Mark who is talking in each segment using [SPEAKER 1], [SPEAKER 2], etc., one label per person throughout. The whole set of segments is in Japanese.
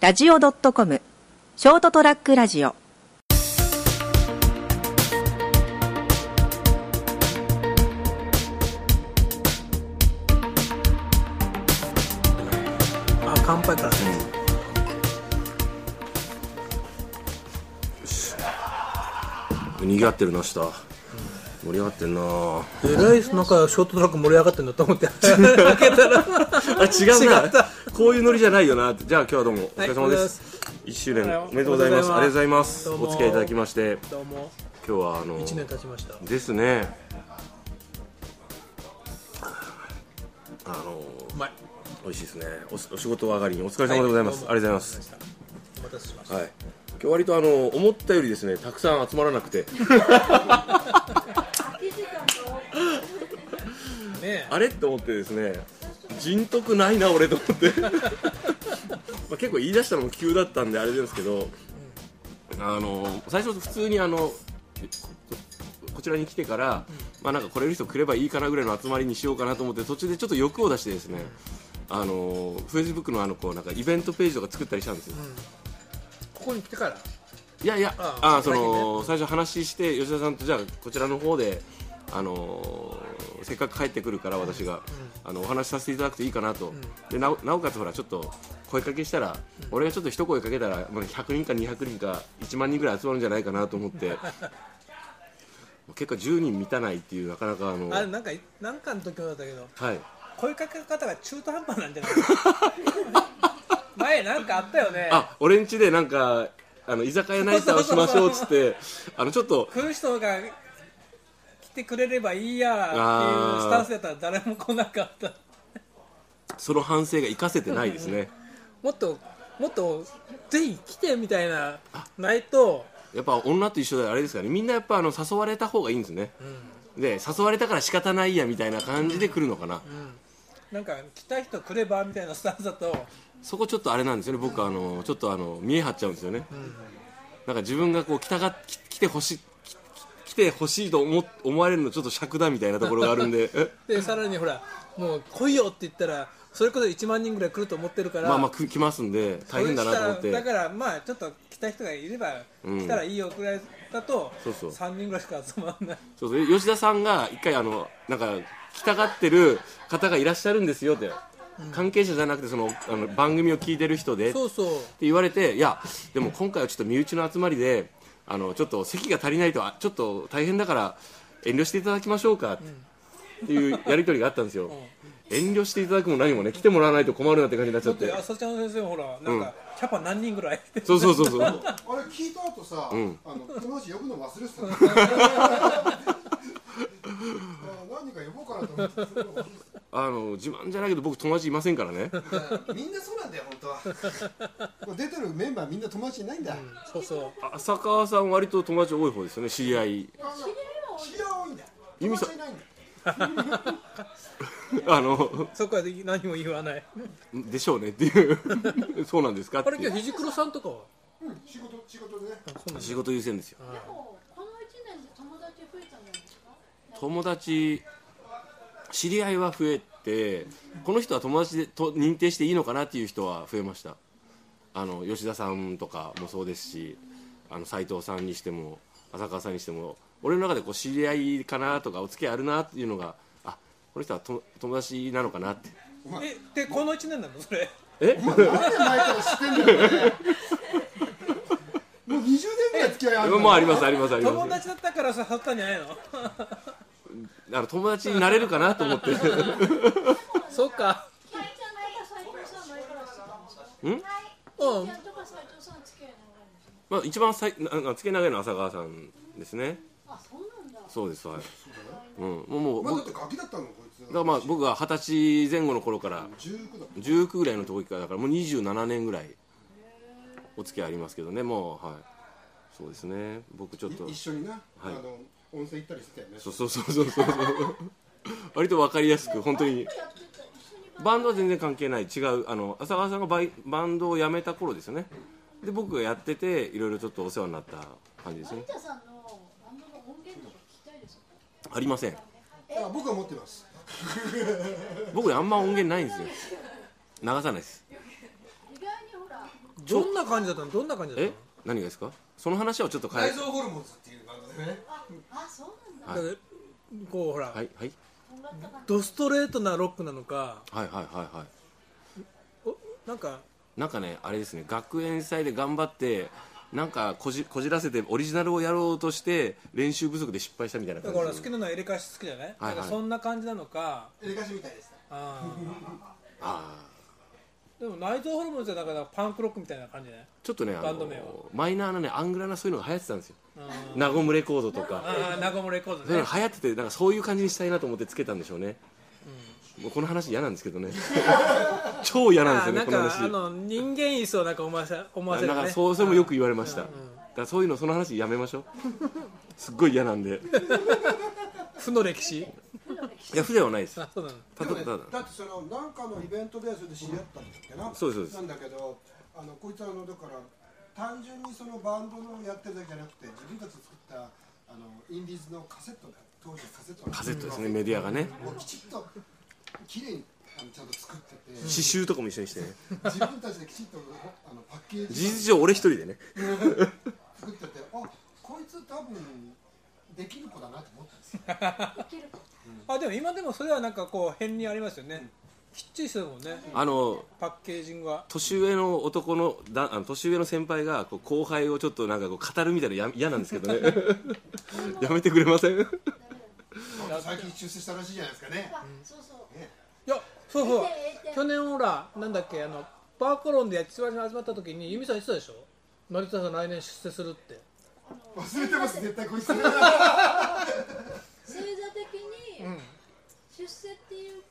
[SPEAKER 1] ST-radio.com ショートトラックラジオ
[SPEAKER 2] あ乾杯からね、
[SPEAKER 3] にぎわってるな下盛り上がってんなあ
[SPEAKER 2] えらいなんかショートトラック盛り上がってんだと思って 開けたら
[SPEAKER 3] 違うな
[SPEAKER 2] 違った
[SPEAKER 3] こういうノリじゃないよなじゃあ今日はどうもお疲
[SPEAKER 2] はい
[SPEAKER 3] れ様です1周年おめでとうございますありがとうございます
[SPEAKER 2] どうも
[SPEAKER 3] お付き合いいただきまして
[SPEAKER 2] どうも
[SPEAKER 3] 今日はあの
[SPEAKER 2] 1年経ちました
[SPEAKER 3] ですねあの
[SPEAKER 2] うまい
[SPEAKER 3] 美味しいですねおお仕事上がりにお疲れ様でございます、
[SPEAKER 2] は
[SPEAKER 3] あり
[SPEAKER 2] ど
[SPEAKER 3] がとうござい
[SPEAKER 2] も
[SPEAKER 3] ます
[SPEAKER 2] お待たせしました、
[SPEAKER 3] はい今日割とあの思ったよりですねたくさん集まらなくて
[SPEAKER 2] ね
[SPEAKER 3] あれと思ってですね人徳ないな俺と思って まあ結構言い出したのも急だったんであれですけどあの最初普通にあのこちらに来てから、まあなんか来れる人来ればいいかなぐらいの集まりにしようかなと思って途中でちょっと欲を出してですねあのフェイスブックのあのこうなんかイベントページとか作ったりしたんですよ、
[SPEAKER 2] ここに来てから
[SPEAKER 3] いやいや、
[SPEAKER 2] あ
[SPEAKER 3] あ
[SPEAKER 2] あ
[SPEAKER 3] あその
[SPEAKER 2] 最
[SPEAKER 3] 最初話して吉田さんとじゃあこちらの方であのーせっかく帰ってくるから私が、あのお話しさせていただくといいかなと、でなおなおかつほらちょっと声かけしたら、俺がちょっと一声かけたら、まあ、100人か200人か1万人ぐらい集まるんじゃないかなと思って 結果10人満たないっていうなかなかあの
[SPEAKER 2] あれなんかなんかの時もだったけど
[SPEAKER 3] はい
[SPEAKER 2] 声かけ方が中途半端なんじゃ ない前なんかあったよね
[SPEAKER 3] あ俺ん家でなんかあの居酒屋ナイターをしましょうっつってあのちょっと
[SPEAKER 2] 来る人が来てくれればいいやっていう
[SPEAKER 3] あー
[SPEAKER 2] スタンスだったら誰も来なかった
[SPEAKER 3] その反省が生かせてないですね
[SPEAKER 2] もっともっとぜひ来てみたいなないと
[SPEAKER 3] やっぱ女と一緒であれですかねみんなやっぱあの誘われた方がいいんですね、で誘われたから仕方ないやみたいな感じで来るのかな、
[SPEAKER 2] なんか来た人来ればみたいなスタンスだと
[SPEAKER 3] そこちょっとあれなんですよね僕あのちょっとあの見え張っちゃうんですよね、なんか自分がこう来たがき来てほしいきき来てほしいと思思われるのちょっと尺だみたいなところがあるん でえ
[SPEAKER 2] でさらにほらもう来いよって言ったらそれこそ1万人ぐらい来ると思ってるから
[SPEAKER 3] まあまあく来ますんで大変だなと思っ
[SPEAKER 2] それしたらだか
[SPEAKER 3] て
[SPEAKER 2] らまあちょっと来た人がいれば
[SPEAKER 3] うん
[SPEAKER 2] 来たらいいよくらいだと
[SPEAKER 3] そうそう
[SPEAKER 2] 3人ぐらいしか集まらない
[SPEAKER 3] そうそう吉田さんが一回あのなんか来たがってる方がいらっしゃるんですよって、関係者じゃなくてそのあの番組を聞いてる人で
[SPEAKER 2] そうそう
[SPEAKER 3] って言われていやでも今回はちょっと身内の集まりであのちょっと席が足りないとあちょっと大変だから遠慮していただきましょうかっていうやり取りがあったんですよ、遠慮していただくも何もね来てもらわないと困るなって感じになっちゃ
[SPEAKER 2] だっ
[SPEAKER 3] って
[SPEAKER 2] て浅ちゃん先生もほらなんかキャパ何人ぐらい
[SPEAKER 3] そうそうそうそう
[SPEAKER 4] あれ聞いた後さ、あの友達呼ぶの忘 れてたのあ何か呼ぼうかなと思ってそれを忘れて
[SPEAKER 3] あの自慢じゃないけど僕友達いませんからね
[SPEAKER 4] たみんなそうなんだよ本当はもう出てるメンバーみんな友達いないんだ、
[SPEAKER 2] そうそう
[SPEAKER 3] 浅川さん割と友達多い方ですよね知り合い
[SPEAKER 4] 知り合い多いんだよ
[SPEAKER 3] 由美
[SPEAKER 4] 友
[SPEAKER 3] さん
[SPEAKER 4] 達いないんだよ
[SPEAKER 3] あの
[SPEAKER 2] そこは何も言わない
[SPEAKER 3] でしょうねっていうそうなんですかっ
[SPEAKER 2] あ
[SPEAKER 3] て
[SPEAKER 2] れ
[SPEAKER 3] い
[SPEAKER 2] 今
[SPEAKER 3] う
[SPEAKER 2] 日肘黒さんとかは
[SPEAKER 4] うん仕事仕事でね
[SPEAKER 3] 仕事優先ですよ
[SPEAKER 5] でもこの1年で友達増えたんじゃないですか
[SPEAKER 3] 友達知り合いは増えてこの人は友達でと認定していいのかなっていう人は増えましたあの吉田さんとかもそうですしあの斉藤さんにしても浅川さんにしても俺の中でこう知り合いかなとかお付き合いあるなっていうのがあこの人はと友達なのかなって
[SPEAKER 2] えでこの1年なのそれ
[SPEAKER 3] え
[SPEAKER 4] お前何年前から知ってんだよねもう20年ぐらい付き合いあるんだよ
[SPEAKER 3] まあありますありますあります
[SPEAKER 2] 友達だったからさ貼ったんじゃないの
[SPEAKER 3] あの友達になれるかなと思って
[SPEAKER 2] そうか
[SPEAKER 5] キャイちゃんとか斎藤さん前から知ってたんですか
[SPEAKER 2] う
[SPEAKER 5] キ
[SPEAKER 2] ん
[SPEAKER 5] ャイちゃんとか斎藤さん付き合い長いんですか
[SPEAKER 3] まあ一番さいなな付け長いのは浅川さんですね
[SPEAKER 5] あそうなんだ
[SPEAKER 3] そうですはい、うん、もうもう
[SPEAKER 4] お前だ
[SPEAKER 3] 僕
[SPEAKER 4] って
[SPEAKER 3] だか
[SPEAKER 4] ガキだったのこいつ
[SPEAKER 3] らまあ僕が二十歳前後の頃から
[SPEAKER 4] 19だもん
[SPEAKER 3] 19ぐらいの時からだからもう27年ぐらいお付き合いありますけどねもうはいそうですね僕ちょっと
[SPEAKER 4] い一緒にな、
[SPEAKER 3] い
[SPEAKER 4] あの温泉行ったりしてたよね
[SPEAKER 3] そうそうそうそうそう 割と分かりやすく本当に
[SPEAKER 5] やってた一緒にバ
[SPEAKER 3] バンドは全然関係ない違うあの浅川さんがバイバンドを辞めた頃ですよねで僕がやってていろいろちょっとお世話になった感じですね
[SPEAKER 5] ンタさんのバンドの音源とか聞きたいですよ
[SPEAKER 3] ありません
[SPEAKER 4] あ僕は持ってます
[SPEAKER 3] 僕ねあんま音源ないんですよ流さないです
[SPEAKER 2] どんな感じだったのどんな感じだっ
[SPEAKER 3] え何がですかその話をちょっと変え
[SPEAKER 4] 内臓ホルモンズっていうバンドでね
[SPEAKER 5] あ、あ、そうなん
[SPEAKER 2] た
[SPEAKER 5] だ。
[SPEAKER 2] のだからこうほら、
[SPEAKER 3] はいはい
[SPEAKER 5] とんがった感じ。
[SPEAKER 2] ドストレートなロックなのか
[SPEAKER 3] はいはいはいはい
[SPEAKER 2] おなんか
[SPEAKER 3] なんかねあれですね学園祭で頑張ってなんかこじこじらせてオリジナルをやろうとして練習不足で失敗したみたいな
[SPEAKER 2] だ
[SPEAKER 3] 感
[SPEAKER 2] から
[SPEAKER 3] じ
[SPEAKER 2] 好きなのはエレカシ好きじゃない、
[SPEAKER 3] はい
[SPEAKER 2] なんかそんな感じなのか
[SPEAKER 4] エレカシみたいでした
[SPEAKER 2] あ
[SPEAKER 3] ああ
[SPEAKER 2] ーでも内臓ホルモンズはなんかパンクロックみたいな感じじゃない
[SPEAKER 3] ちょっとねあ
[SPEAKER 2] バンド名は
[SPEAKER 3] のマイナーなねアングラなそういうのが流行ってたんですよ
[SPEAKER 2] あ
[SPEAKER 3] ナゴムレコードとか
[SPEAKER 2] ーあーナゴムレコード
[SPEAKER 3] そういう
[SPEAKER 2] ね
[SPEAKER 3] の流行っててなんかそういう感じにしたいなと思ってつけたんでしょうね、もうこの話嫌なんですけどね 超嫌なん
[SPEAKER 2] あ
[SPEAKER 3] です
[SPEAKER 2] ーなん
[SPEAKER 3] よねこの
[SPEAKER 2] か
[SPEAKER 3] 話
[SPEAKER 2] あの人間椅子をなんか思わせ思わせ
[SPEAKER 3] な
[SPEAKER 2] る
[SPEAKER 3] んか
[SPEAKER 2] ね
[SPEAKER 3] そうそれもよく言われました、だからそういうのその話やめましょうすっごい嫌な んで
[SPEAKER 2] 負の歴史
[SPEAKER 3] いや負ではないですた
[SPEAKER 2] あそうなの
[SPEAKER 3] だた
[SPEAKER 4] でも
[SPEAKER 3] だ
[SPEAKER 4] ね、だってそのなんかのイベントでそれで知り合ったんだっけな
[SPEAKER 3] そうですそうです
[SPEAKER 4] なんだけどあのこいつはあのだから単純にそのバンドのやってるだけじゃなくて自分たちで作ったあのインディーズのカセットだよ当時カセットの
[SPEAKER 3] カセットですねメディアがね
[SPEAKER 4] もうきちっと綺麗にあのちゃんと作ってて
[SPEAKER 3] 刺繍とかも一緒にしてね
[SPEAKER 4] 自分たちできちっとあのパッケー
[SPEAKER 3] 事
[SPEAKER 4] ジ
[SPEAKER 3] 実上俺一人でね
[SPEAKER 4] 作っててあこいつ多分できる子だなと思ったんですよ
[SPEAKER 5] いけるか。
[SPEAKER 2] あでも今でもそれはなんかこう変にありますよね、きっちりしてるもんね
[SPEAKER 3] あの
[SPEAKER 2] パッケージングは
[SPEAKER 3] 年上の男のだあの年上の先輩がこう後輩をちょっとなんかこう語るみたいなのや嫌なんですけどね やめてくれません
[SPEAKER 5] ダメだ。
[SPEAKER 4] 最近出世したらしいじゃないですかね
[SPEAKER 5] あ、そうそう。
[SPEAKER 2] いやそうそう
[SPEAKER 5] えーえー
[SPEAKER 2] 去年ほらなんだっけあのバーコロンでやちつわりに集まった時に由美さん言ってたでしょ成田さん来年出世するって
[SPEAKER 4] 忘れてます絶対こいつ
[SPEAKER 5] 星座的に出世っていうか、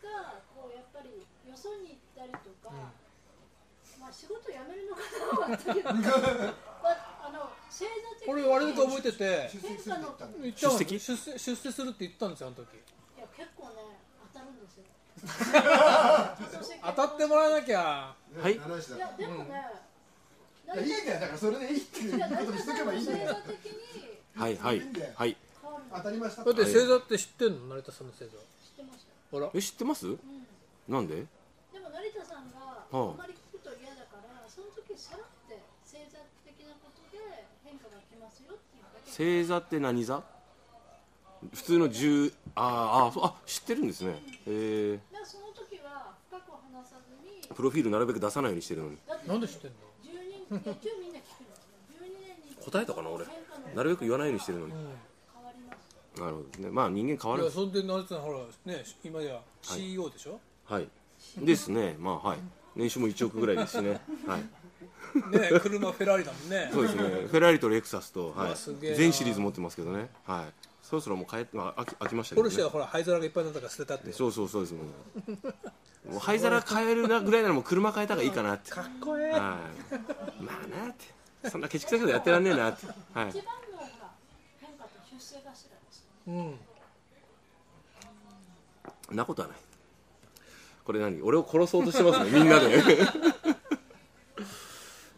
[SPEAKER 5] こうやっぱりよそに行ったりとか、まあ仕事辞めるのかなと思ったけど、まああの星座的に
[SPEAKER 2] 俺割と覚えてて
[SPEAKER 4] 出世するって言ったんだ
[SPEAKER 2] 言ったもん
[SPEAKER 3] 出席
[SPEAKER 2] 出世出世するって言ったんですよあの時
[SPEAKER 5] いや結構ね当たるんですよ。
[SPEAKER 2] 当たってもらわなきゃ
[SPEAKER 3] はい
[SPEAKER 4] 七石だ
[SPEAKER 5] い
[SPEAKER 4] から
[SPEAKER 5] やでもね、
[SPEAKER 4] いやいいんだよだからそれでいいっていうことにしとけばいいんだよ
[SPEAKER 5] 星座的に
[SPEAKER 3] はいはいはい
[SPEAKER 5] 変わるの
[SPEAKER 4] 当たりました
[SPEAKER 2] だって星座って知ってんの成田さんの星座
[SPEAKER 5] 知ってました。
[SPEAKER 2] ほら
[SPEAKER 3] え知ってます
[SPEAKER 5] うん。
[SPEAKER 3] なんで
[SPEAKER 5] でも成田さんがあ
[SPEAKER 3] あ
[SPEAKER 5] んまり聞くと嫌だから、その時さらって星座的なことで変化が来ますよっていうだけ
[SPEAKER 3] 星座って何座普通の十あーあーそうあ知ってるんですねへえ
[SPEAKER 5] でその時は深く話さずにだって
[SPEAKER 3] プロフィールなるべく出さないようにしてるのに
[SPEAKER 2] なんで知ってんの
[SPEAKER 5] 12年中みんな聞くの12年に
[SPEAKER 3] 答えたかな俺
[SPEAKER 5] 変化の
[SPEAKER 3] なるべく言わないようにしてるのに
[SPEAKER 5] 変わります
[SPEAKER 3] なるほどですねまあ人間変わ
[SPEAKER 2] い
[SPEAKER 3] ら
[SPEAKER 2] や
[SPEAKER 3] ず
[SPEAKER 2] そんで成田さんほらね今では CEO でしょ、
[SPEAKER 3] はいですねまあはい年収も1億ぐらいですしねはい
[SPEAKER 2] ね車フェラーリだもんね
[SPEAKER 3] そうですねフェラーリとレクサスと、は
[SPEAKER 2] う
[SPEAKER 3] い
[SPEAKER 2] わすげえ、な
[SPEAKER 3] 全シリーズ持ってますけどねはいそろそろもう帰って、まあ、飽き飽きましたけ
[SPEAKER 2] ポル
[SPEAKER 3] ど、ね
[SPEAKER 2] シェ、はほら灰皿がいっぱいになったから捨てたって
[SPEAKER 3] そうそうそうですもうもう灰皿変えるなぐらいならもう車変えた方がいいかなっ て
[SPEAKER 2] かっこええ
[SPEAKER 3] はい、まあなってそんなケチくさいことやってらんねえなって、はい、
[SPEAKER 5] 一番のほら変化と出世頭ですね
[SPEAKER 2] うん
[SPEAKER 3] そんなことはないこれ何俺を殺そうとして ますねみんなで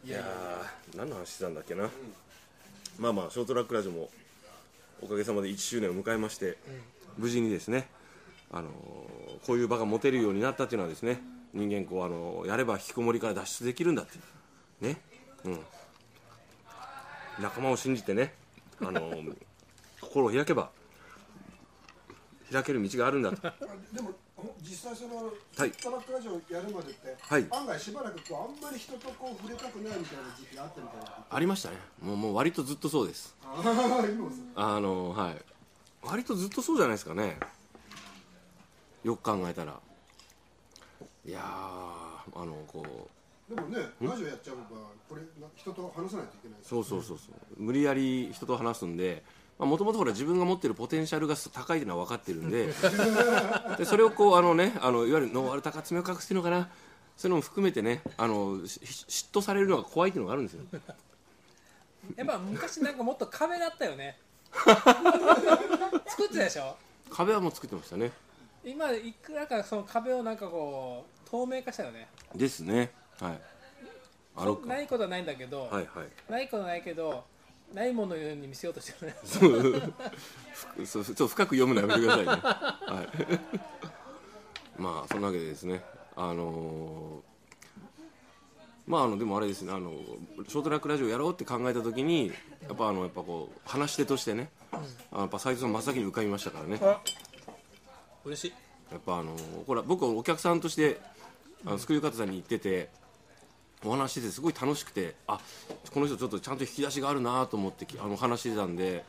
[SPEAKER 3] いやー何の話してたんだっけな、まあまあショートラックラジオもおかげさまで1周年を迎えまして、無事にですね、あのーこういう場が持てるようになったっていうのはですね人間こう、あのーやれば引きこもりから脱出できるんだってねうん仲間を信じてね、あのー心を開けば開ける道があるんだと
[SPEAKER 4] でもほ実際その
[SPEAKER 3] は
[SPEAKER 4] はいいトラックラジオやるまでって、
[SPEAKER 3] はい
[SPEAKER 4] 案外しばらくこうあんまり人とこう触れたくないみたいな時期があったみたいな
[SPEAKER 3] ありましたねもうもう割とずっとそうです
[SPEAKER 4] ああ今もそう
[SPEAKER 3] あのはい割とずっとそうじゃないですかねよく考えたらいやーあのこう
[SPEAKER 4] でもねラジオやっちゃえばこれな人と話さないといけない
[SPEAKER 3] そうそうそうそう無理やり人と話すんでもともとほら自分が持ってるポテンシャルが高いっていうのは分かってるんででそれをこうあのねあのいわゆるノーアルタカ爪を隠すっていうのかなそういうのも含めてねあのし嫉妬されるのが怖いっていうのがあるんですよ
[SPEAKER 2] やっぱ昔なんかもっと壁だったよね作ってたでしょ
[SPEAKER 3] 壁はもう作ってましたね
[SPEAKER 2] 今いくらかその壁をなんかこう透明化したよね
[SPEAKER 3] ですねはいあろっか
[SPEAKER 2] ないことはないんだけど、
[SPEAKER 3] はいはい
[SPEAKER 2] ないことはないけどないものように見せようとしてるね
[SPEAKER 3] そうそう深く読むのやめてくださいね、 はい、まあそんなわけでですねあのーまああのでもあれですねあのショートラックラジオやろうって考えた時にやっぱあのやっぱこう話し手としてねあのやっぱ斉藤さん真っ先に浮かびましたからね
[SPEAKER 2] あ嬉しい
[SPEAKER 3] やっぱあのほら僕はお客さんとしてあの救い方さんに行っててお話ししててすごい楽しくてあこの人ちょっとちゃんと引き出しがあるなと思ってきあの話してたんで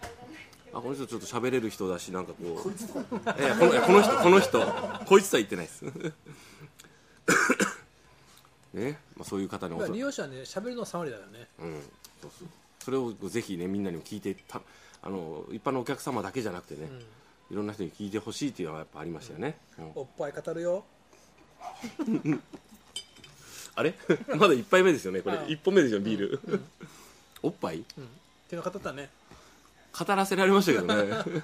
[SPEAKER 3] あこの人ちょっと喋れる人だしなんかこういやこのいやこの人この人こいつとは言ってないです ねまあ、そういう方にお
[SPEAKER 2] まあ
[SPEAKER 3] そ
[SPEAKER 2] 利用者はね喋るのは3割だからね
[SPEAKER 3] うん、そうそうそれをぜひねみんなにも聞いてたあの一般のお客様だけじゃなくてね、いろんな人に聞いてほしいっていうのはやっぱありましたよね、うん
[SPEAKER 2] おっぱい語るよ
[SPEAKER 3] あれ まだ1杯目ですよねこれ
[SPEAKER 2] ああ
[SPEAKER 3] 1本目ですよビール、おっぱい
[SPEAKER 2] 昨日語ったね
[SPEAKER 3] 語らせられましたけど ね
[SPEAKER 2] 昨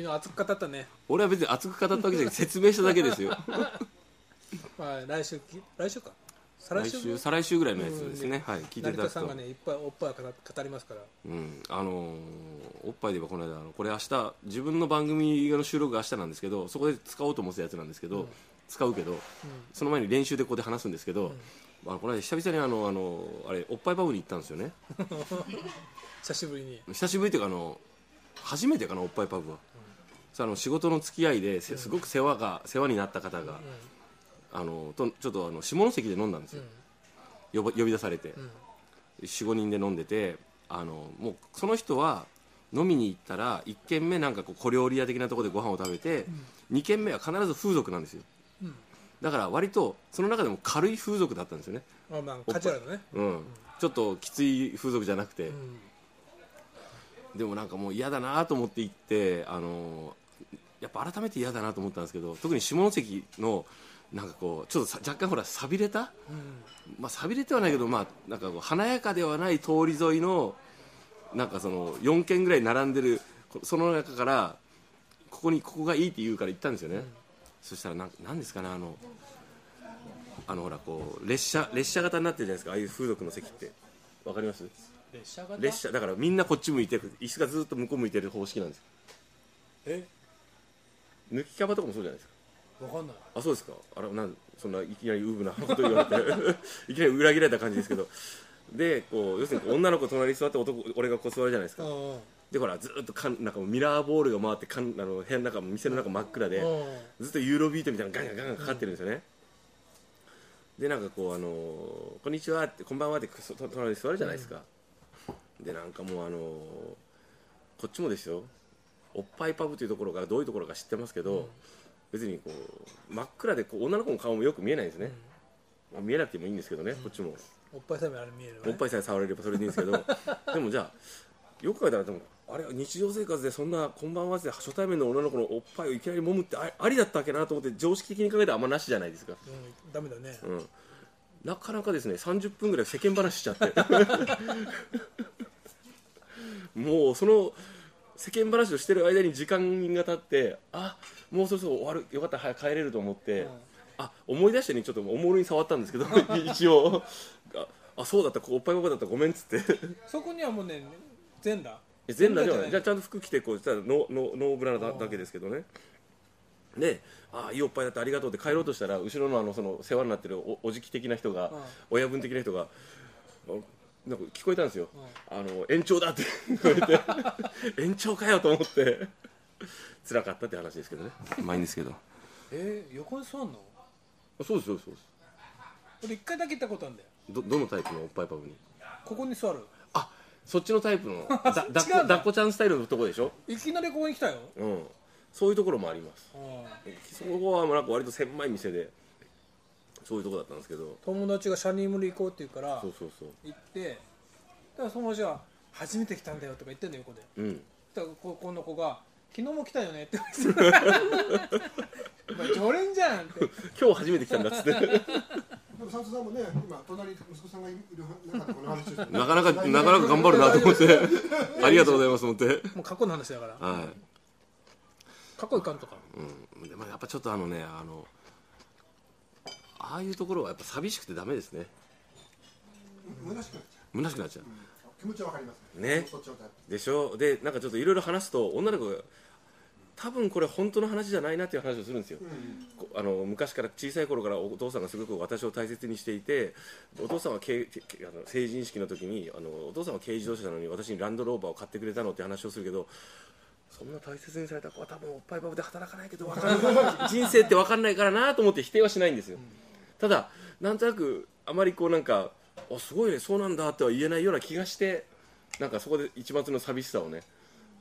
[SPEAKER 2] 日熱く語ったね、
[SPEAKER 3] 俺は別に熱く語ったわけじゃなくて説明しただけですよ
[SPEAKER 2] まあ、来週き来週か再来
[SPEAKER 3] 来
[SPEAKER 2] 週
[SPEAKER 3] 週再来週ぐらいのやつですね、はい聞いてい
[SPEAKER 2] 成
[SPEAKER 3] ただ
[SPEAKER 2] 田
[SPEAKER 3] く
[SPEAKER 2] さん
[SPEAKER 3] と、
[SPEAKER 2] がねいっぱいおっぱいを語語りますから
[SPEAKER 3] うん、あのーおっぱいで言えばこの間あのこれ明日自分の番組の収録が明日なんですけどそこで使おうと思ってたやつなんですけど、使うけど、その前に練習でここで話すんですけど、あのこの間久々にあのあのあれおっぱいバブに行ったんですよね
[SPEAKER 2] 久しぶりに
[SPEAKER 3] 久しぶりというかあの初めてかなおっぱいパブは、そうあの仕事の付き合いですすごく世話が世話になった方が、あのとちょっとあの下関で飲んだんですよ、呼ば呼び出されて、45人で飲んでてあのもうその人は飲みに行ったら1軒目なんかこう小料理屋的なところでご飯を食べて、2軒目は必ず風俗なんですよ、だから割とその中でも軽い風俗だったんですよね、
[SPEAKER 2] まあまあカジュアルのね
[SPEAKER 3] うん、ちょっときつい風俗じゃなくて、でもなんかもう嫌だなと思って行ってあのやっぱ改めて嫌だなと思ったんですけど特に下関のなんかこうちょっとさ若干ほらさびれた、まあさびれてはないけどまあなんかこう華やかではない通り沿いのなんかその4軒ぐらい並んでるこその中からここにここがいいって言うから行ったんですよね、そしたらなんなんですかねあのあのほらこう列車列車型になってるじゃないですかああいう風俗の席ってわかります
[SPEAKER 2] 列車型
[SPEAKER 3] 列車だからみんなこっち向いてる椅子がずっと向こう向いてる方式なんです
[SPEAKER 2] え
[SPEAKER 3] 抜き幅とかもそうじゃないですか
[SPEAKER 2] わかんない
[SPEAKER 3] あそうですかあらなんそんないきなりウブなこと言われて いきなり裏切られた感じですけどでこう要するに女の子隣に座って男俺がこう座るじゃないです
[SPEAKER 2] うん
[SPEAKER 3] か
[SPEAKER 2] うん
[SPEAKER 3] でほらずっとかんなんかもうミラーボールが回ってかんあの部屋の中も店の中真っ暗で、
[SPEAKER 2] うん
[SPEAKER 3] ずっとユーロビートみたいなのがガンガンガンガンかかってるんですよね、でなんかこう、あのーこんにちは」って「こんばんは」ってそと隣に座るじゃないですか、でなんかもう、あのーこっちもですよおっぱいパブというところがどういうところか知ってますけど、別にこう真っ暗でこう女の子の顔もよく見えないんですね、まあ見えなくてもいいんですけどね、こっちも
[SPEAKER 2] おっぱいさえもあれ見えるわ
[SPEAKER 3] おっぱいさえ触れればそれでいいんですけどでもじゃあよく考えたらでもあれ日常生活でそんな「こんばんは」って初対面の女の子のおっぱいをいきなり揉むってあありだったっけなと思って常識的に考えたらあんまなしじゃないですか、
[SPEAKER 2] うんダメだね
[SPEAKER 3] うん、なかなかですね30分ぐらい世間話しちゃって もうその世間話をしてる間に時間が経ってあもうそろそろ終わるよかった早く帰れると思って、あ思い出してねちょっとおもむろに触ったんですけど 一応ああそうだったおっぱいパパだったごめんっつって。
[SPEAKER 2] そこにはもうね全裸
[SPEAKER 3] え全裸では
[SPEAKER 2] 全裸じゃな
[SPEAKER 3] ない
[SPEAKER 2] い
[SPEAKER 3] じゃあちゃんと服着てこうしたらノーノーノーブラだだけですけどねでああいいおっぱいだってありがとうって帰ろうとしたら後ろのあのその世話になってるおおじき的な人が、親分的な人があなんか聞こえたんですよ、あの延長だって 言われて延長かよと思って辛かったって話ですけどねうまいんですけど
[SPEAKER 2] えー横に座んの
[SPEAKER 3] そうですそうですそうです
[SPEAKER 2] 俺一回だけ行ったことあるんだよ
[SPEAKER 3] どどのタイプのおっぱいパブに
[SPEAKER 2] ここに座る
[SPEAKER 3] あそっちのタイ プのだだっこ
[SPEAKER 2] 違うんだ
[SPEAKER 3] だっこちゃんスタイルのとこでしょ、
[SPEAKER 2] いきなりここに来たよ
[SPEAKER 3] うん、そういうところもあります
[SPEAKER 2] うん
[SPEAKER 3] そこはなんか割と狭い店でそういうとこだったんですけど
[SPEAKER 2] 友達がシャニームリ行こうって言うから
[SPEAKER 3] そうそうそう
[SPEAKER 2] 行ってだからその子が「初めて来たんだよ」とか言ってんの横で
[SPEAKER 3] うん
[SPEAKER 2] だからここの子が「昨日も来たよね」って 言って「お前常連じゃん」って
[SPEAKER 3] 今日初めて来たんだっつって
[SPEAKER 4] でも佐藤さんもね今隣に息子さんがいる中でこの話をして
[SPEAKER 3] なかなかなかなか頑張るなと思って ありがとうございますと思って
[SPEAKER 2] もう過去の話だから
[SPEAKER 3] は
[SPEAKER 2] 過去いかんとか
[SPEAKER 3] い、うん、でもやっぱちょっとあのねあのああいうところはやっぱ寂しくてダメですね
[SPEAKER 4] 虚しくなっちゃ
[SPEAKER 3] 虚しくなっちゃ
[SPEAKER 4] う気持ちはわかります
[SPEAKER 3] ね
[SPEAKER 4] そっちのタイプ
[SPEAKER 3] うでしょでなんかちょっといろいろ話すと女の子が多分これ本当の話じゃないなっていう話をするんですよ、
[SPEAKER 4] ん
[SPEAKER 3] こあの昔から小さい頃からお父さんがすごく私を大切にしていてお父さんはけけあの成人式の時にあのお父さんは軽自動車なのに私にランドローバーを買ってくれたのって話をするけどそんな大切にされた子は多分おっぱいパブで働かないけどわかんない人生って分かんないからなと思って否定はしないんですよ、ただなんとなくあまりこうなんかあすごいねそうなんだとは言えないような気がしてなんかそこで一抹の寂しさをね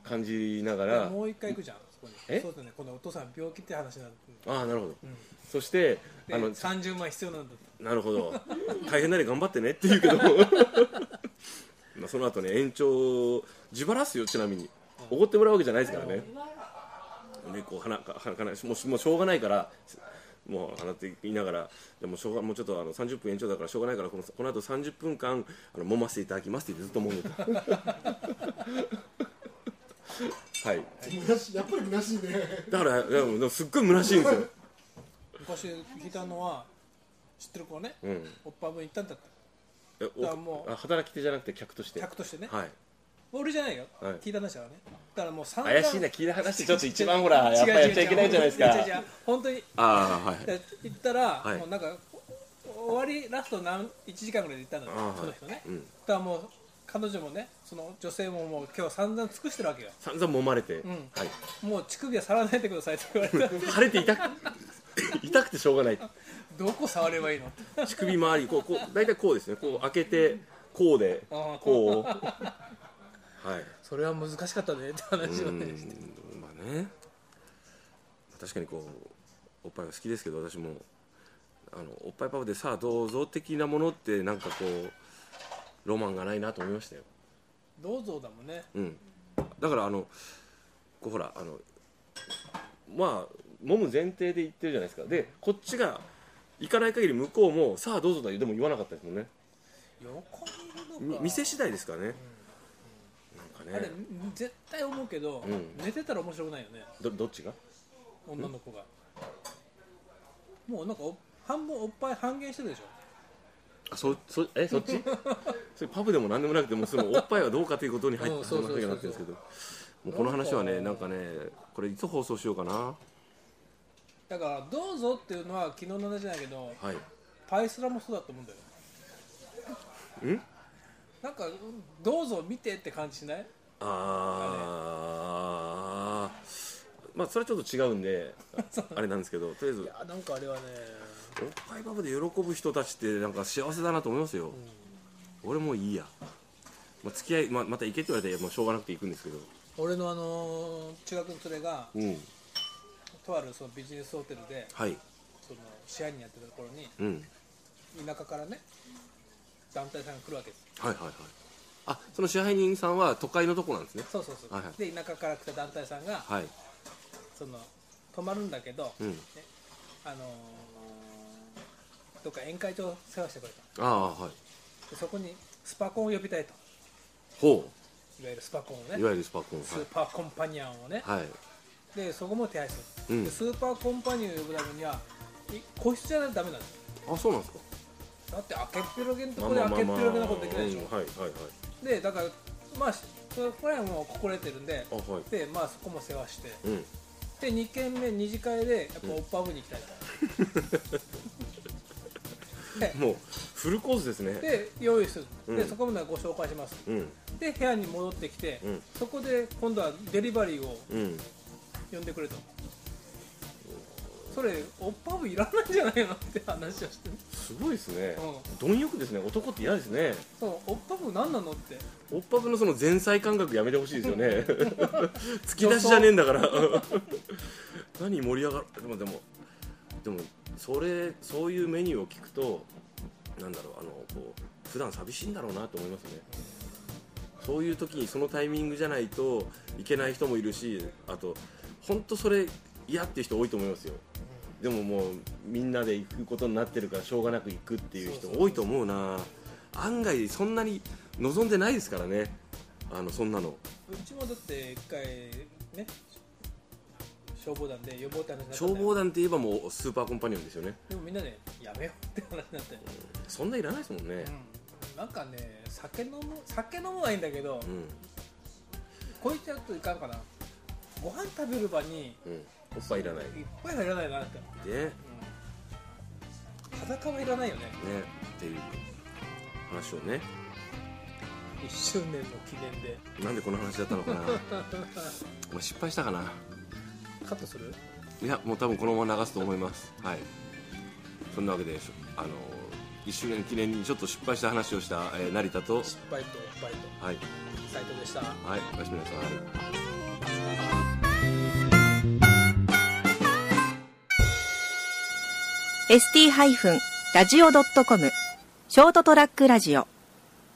[SPEAKER 3] 感じながら
[SPEAKER 2] もう一回行くじゃんそこに
[SPEAKER 3] え
[SPEAKER 2] そうだねこのお父さん病気って話になる
[SPEAKER 3] ああなるほど、そしてあ
[SPEAKER 2] あ
[SPEAKER 3] の
[SPEAKER 2] の30万必要なんだって
[SPEAKER 3] なるほど大変なり頑張ってねって言う けどまあその後ね延長自腹っすよちなみに怒ってもらうわけじゃないですからねでこう鼻か鼻かなもうもうしょうがないからもう放っていながらでもしょうがもうちょっとあの30分延長だからしょうがないからこのこの後30分間あの揉ませていただきますって言ってずっと揉んで たはい
[SPEAKER 4] 虚しいやっぱり虚しいね
[SPEAKER 3] だからでもでもすっごい虚しいんですよ
[SPEAKER 2] 昔聞いたのは知ってる子はね、
[SPEAKER 3] ん
[SPEAKER 2] おっぱい分行ったんだって
[SPEAKER 3] えお
[SPEAKER 2] だからもう
[SPEAKER 3] あ働き手じゃなくて客として
[SPEAKER 2] 客としてね、
[SPEAKER 3] はい
[SPEAKER 2] 俺じゃないよ、
[SPEAKER 3] はい
[SPEAKER 2] 聞いた話だからねだからもう散々
[SPEAKER 3] 怪しいな聞いた話ちょっと一番ほら
[SPEAKER 2] 違う
[SPEAKER 3] やっぱ
[SPEAKER 2] 違う
[SPEAKER 3] やっちゃいけないじゃないです
[SPEAKER 2] 違う違う違
[SPEAKER 3] か
[SPEAKER 2] う本当に
[SPEAKER 3] ああはい
[SPEAKER 2] え 行ったら、
[SPEAKER 3] はい
[SPEAKER 2] もうなんか終わりラスト何1時間ぐらいで行ったんだ
[SPEAKER 3] あ
[SPEAKER 2] よ
[SPEAKER 3] ー
[SPEAKER 2] その人ね、
[SPEAKER 3] うん
[SPEAKER 2] だからもう彼女もねその女性ももう今日散々尽くしてるわけよ
[SPEAKER 3] 散々揉まれて、
[SPEAKER 2] ん
[SPEAKER 3] はい
[SPEAKER 2] もう乳首は触らないでくださいって言われ た
[SPEAKER 3] 腫れて痛く痛くてしょうがない
[SPEAKER 2] どこ触ればいいの
[SPEAKER 3] 乳首周りこうこう大体こうですねこう開けてこうで
[SPEAKER 2] あー
[SPEAKER 3] こうはい
[SPEAKER 2] それは難しかったねって話を
[SPEAKER 3] う
[SPEAKER 2] ね
[SPEAKER 3] んまあね確かにこうおっぱいは好きですけど私もあのおっぱいパパでさあどうぞ的なものってなんかこうロマンがないなと思いましたよ
[SPEAKER 2] どうぞだもんね
[SPEAKER 3] うん、だからあのこうほらあのまあ揉む前提で言ってるじゃないですかでこっちが行かない限り向こうもさあどうぞとはでも言わなかったですもんね
[SPEAKER 2] 横にいる
[SPEAKER 3] み
[SPEAKER 2] のか
[SPEAKER 3] 店次第ですかね、
[SPEAKER 2] あ
[SPEAKER 3] なんか
[SPEAKER 2] れ
[SPEAKER 3] ね
[SPEAKER 2] 絶対思うけど、
[SPEAKER 3] ん
[SPEAKER 2] 寝てたら面白くないよね
[SPEAKER 3] どどっちが
[SPEAKER 2] 女の子がもうなんかお半分おっぱい半減してるでしょ
[SPEAKER 3] あそそえそっちそれパブでも何でもなくてもうそのおっぱいはどうかということに入っ
[SPEAKER 2] うん
[SPEAKER 3] て
[SPEAKER 2] そう
[SPEAKER 3] 話
[SPEAKER 2] そうそうそう
[SPEAKER 3] になってるんですけどもうこの話はねなんかねこれいつ放送しようかな
[SPEAKER 2] だから「どうぞ」っていうのは昨日の話じゃないけど
[SPEAKER 3] はい
[SPEAKER 2] パイスラもそうだと思うんだよ
[SPEAKER 3] ん
[SPEAKER 2] なんかうん「どうぞ見て」って感じしない
[SPEAKER 3] ああまあそれはちょっと違うん であれなんですけどとりあえず
[SPEAKER 2] あなんかあれはね
[SPEAKER 3] おっぱいパブで喜ぶ人たちってなんか幸せだなと思いますよ、俺もういいや、まあ、付き合い、まあ、また行けって言われたらもうしょうがなくて行くんですけど
[SPEAKER 2] 俺のあのー中学の連れが
[SPEAKER 3] うん
[SPEAKER 2] とあるそのビジネスホテルで
[SPEAKER 3] はい
[SPEAKER 2] その支配人やってたところに
[SPEAKER 3] うん
[SPEAKER 2] 田舎からね団体さんが来るわけです
[SPEAKER 3] はいはいはいあその支配人さんは都会のとこなんですね
[SPEAKER 2] そうそうそう、
[SPEAKER 3] はいはい
[SPEAKER 2] で田舎から来た団体さんが
[SPEAKER 3] はい
[SPEAKER 2] その泊まるんだけど、
[SPEAKER 3] うん
[SPEAKER 2] ねあのーどっか宴会場を世話してくれ
[SPEAKER 3] ああはい
[SPEAKER 2] たでそこにスパコンを呼びたいと
[SPEAKER 3] ほ
[SPEAKER 2] いわゆるスパコンを
[SPEAKER 3] う
[SPEAKER 2] ね
[SPEAKER 3] いわゆるスパコン
[SPEAKER 2] スーパーコンパニャンをね、
[SPEAKER 3] はい、はい、
[SPEAKER 2] でそこも手配する、
[SPEAKER 3] うん
[SPEAKER 2] でスーパーコンパニャンを呼ぶためにはい個室じゃないとダメなんですよ
[SPEAKER 3] あそうなんですか
[SPEAKER 2] だって開けっぴろげのところで開けっぴろげなことできないでしょ、
[SPEAKER 3] うんはいはいはい
[SPEAKER 2] でだからまあそこら辺も心得てるんで
[SPEAKER 3] あはい
[SPEAKER 2] でまあそこも世話して
[SPEAKER 3] うん
[SPEAKER 2] で2軒目二次会でやっぱオッパブに行きたいと、
[SPEAKER 3] もうフルコースですね
[SPEAKER 2] で用意する、
[SPEAKER 3] う
[SPEAKER 2] で
[SPEAKER 3] ん
[SPEAKER 2] そこまではご紹介します
[SPEAKER 3] うん
[SPEAKER 2] で部屋に戻ってきて、
[SPEAKER 3] うん
[SPEAKER 2] そこで今度はデリバリーを
[SPEAKER 3] うん
[SPEAKER 2] 呼んでくれと、それオッパブいらないんじゃないのって話をしてる
[SPEAKER 3] すごいですね
[SPEAKER 2] う
[SPEAKER 3] 貪欲ですね男って嫌ですね
[SPEAKER 2] そうオッパブ何なのって
[SPEAKER 3] おっぱぶのその前菜感覚やめてほしいですよね突き出しじゃねえんだから 何盛り上がるでもでもでもそれそういうメニューを聞くとなんだろうあのこう普段寂しいんだろうなと思いますねそういう時にそのタイミングじゃないといけない人もいるしあと本当それ嫌っていう人多いと思いますよでももうみんなで行くことになってるからしょうがなく行くっていう人多いと思うな案外そんなに望んでないですからねあのそんなの
[SPEAKER 2] うちもだって一回ね消防団で予防って話になったん
[SPEAKER 3] 消
[SPEAKER 2] だよ
[SPEAKER 3] 防団って言えばもうスーパーコンパニオンですよね
[SPEAKER 2] でもみんなねやめようって話になったよ、
[SPEAKER 3] そんないらないですもんね
[SPEAKER 2] うん、なんかね酒飲む酒飲むはいいんだけど、
[SPEAKER 3] うん
[SPEAKER 2] こういっちゃうといかんかなご飯食べる場に
[SPEAKER 3] うん、おっぱいいらない。
[SPEAKER 2] いっぱい入らないなって
[SPEAKER 3] で、ね、
[SPEAKER 2] 裸はいらないよね
[SPEAKER 3] っていう話をね、
[SPEAKER 2] 1周年の記念で
[SPEAKER 3] なんでこの話だったのか な。まあ失敗したかな。
[SPEAKER 2] カットする
[SPEAKER 3] いや、もう多分このまま流すと思います。はい。そんなわけで、あの、1周年記念にちょっと失敗した話をした、えー成田と、
[SPEAKER 2] 失敗とおっぱいと
[SPEAKER 3] はい、
[SPEAKER 2] 斉藤でした
[SPEAKER 3] はい、おやすみなさい。
[SPEAKER 1] ST-radio.com ショートトラックラジオ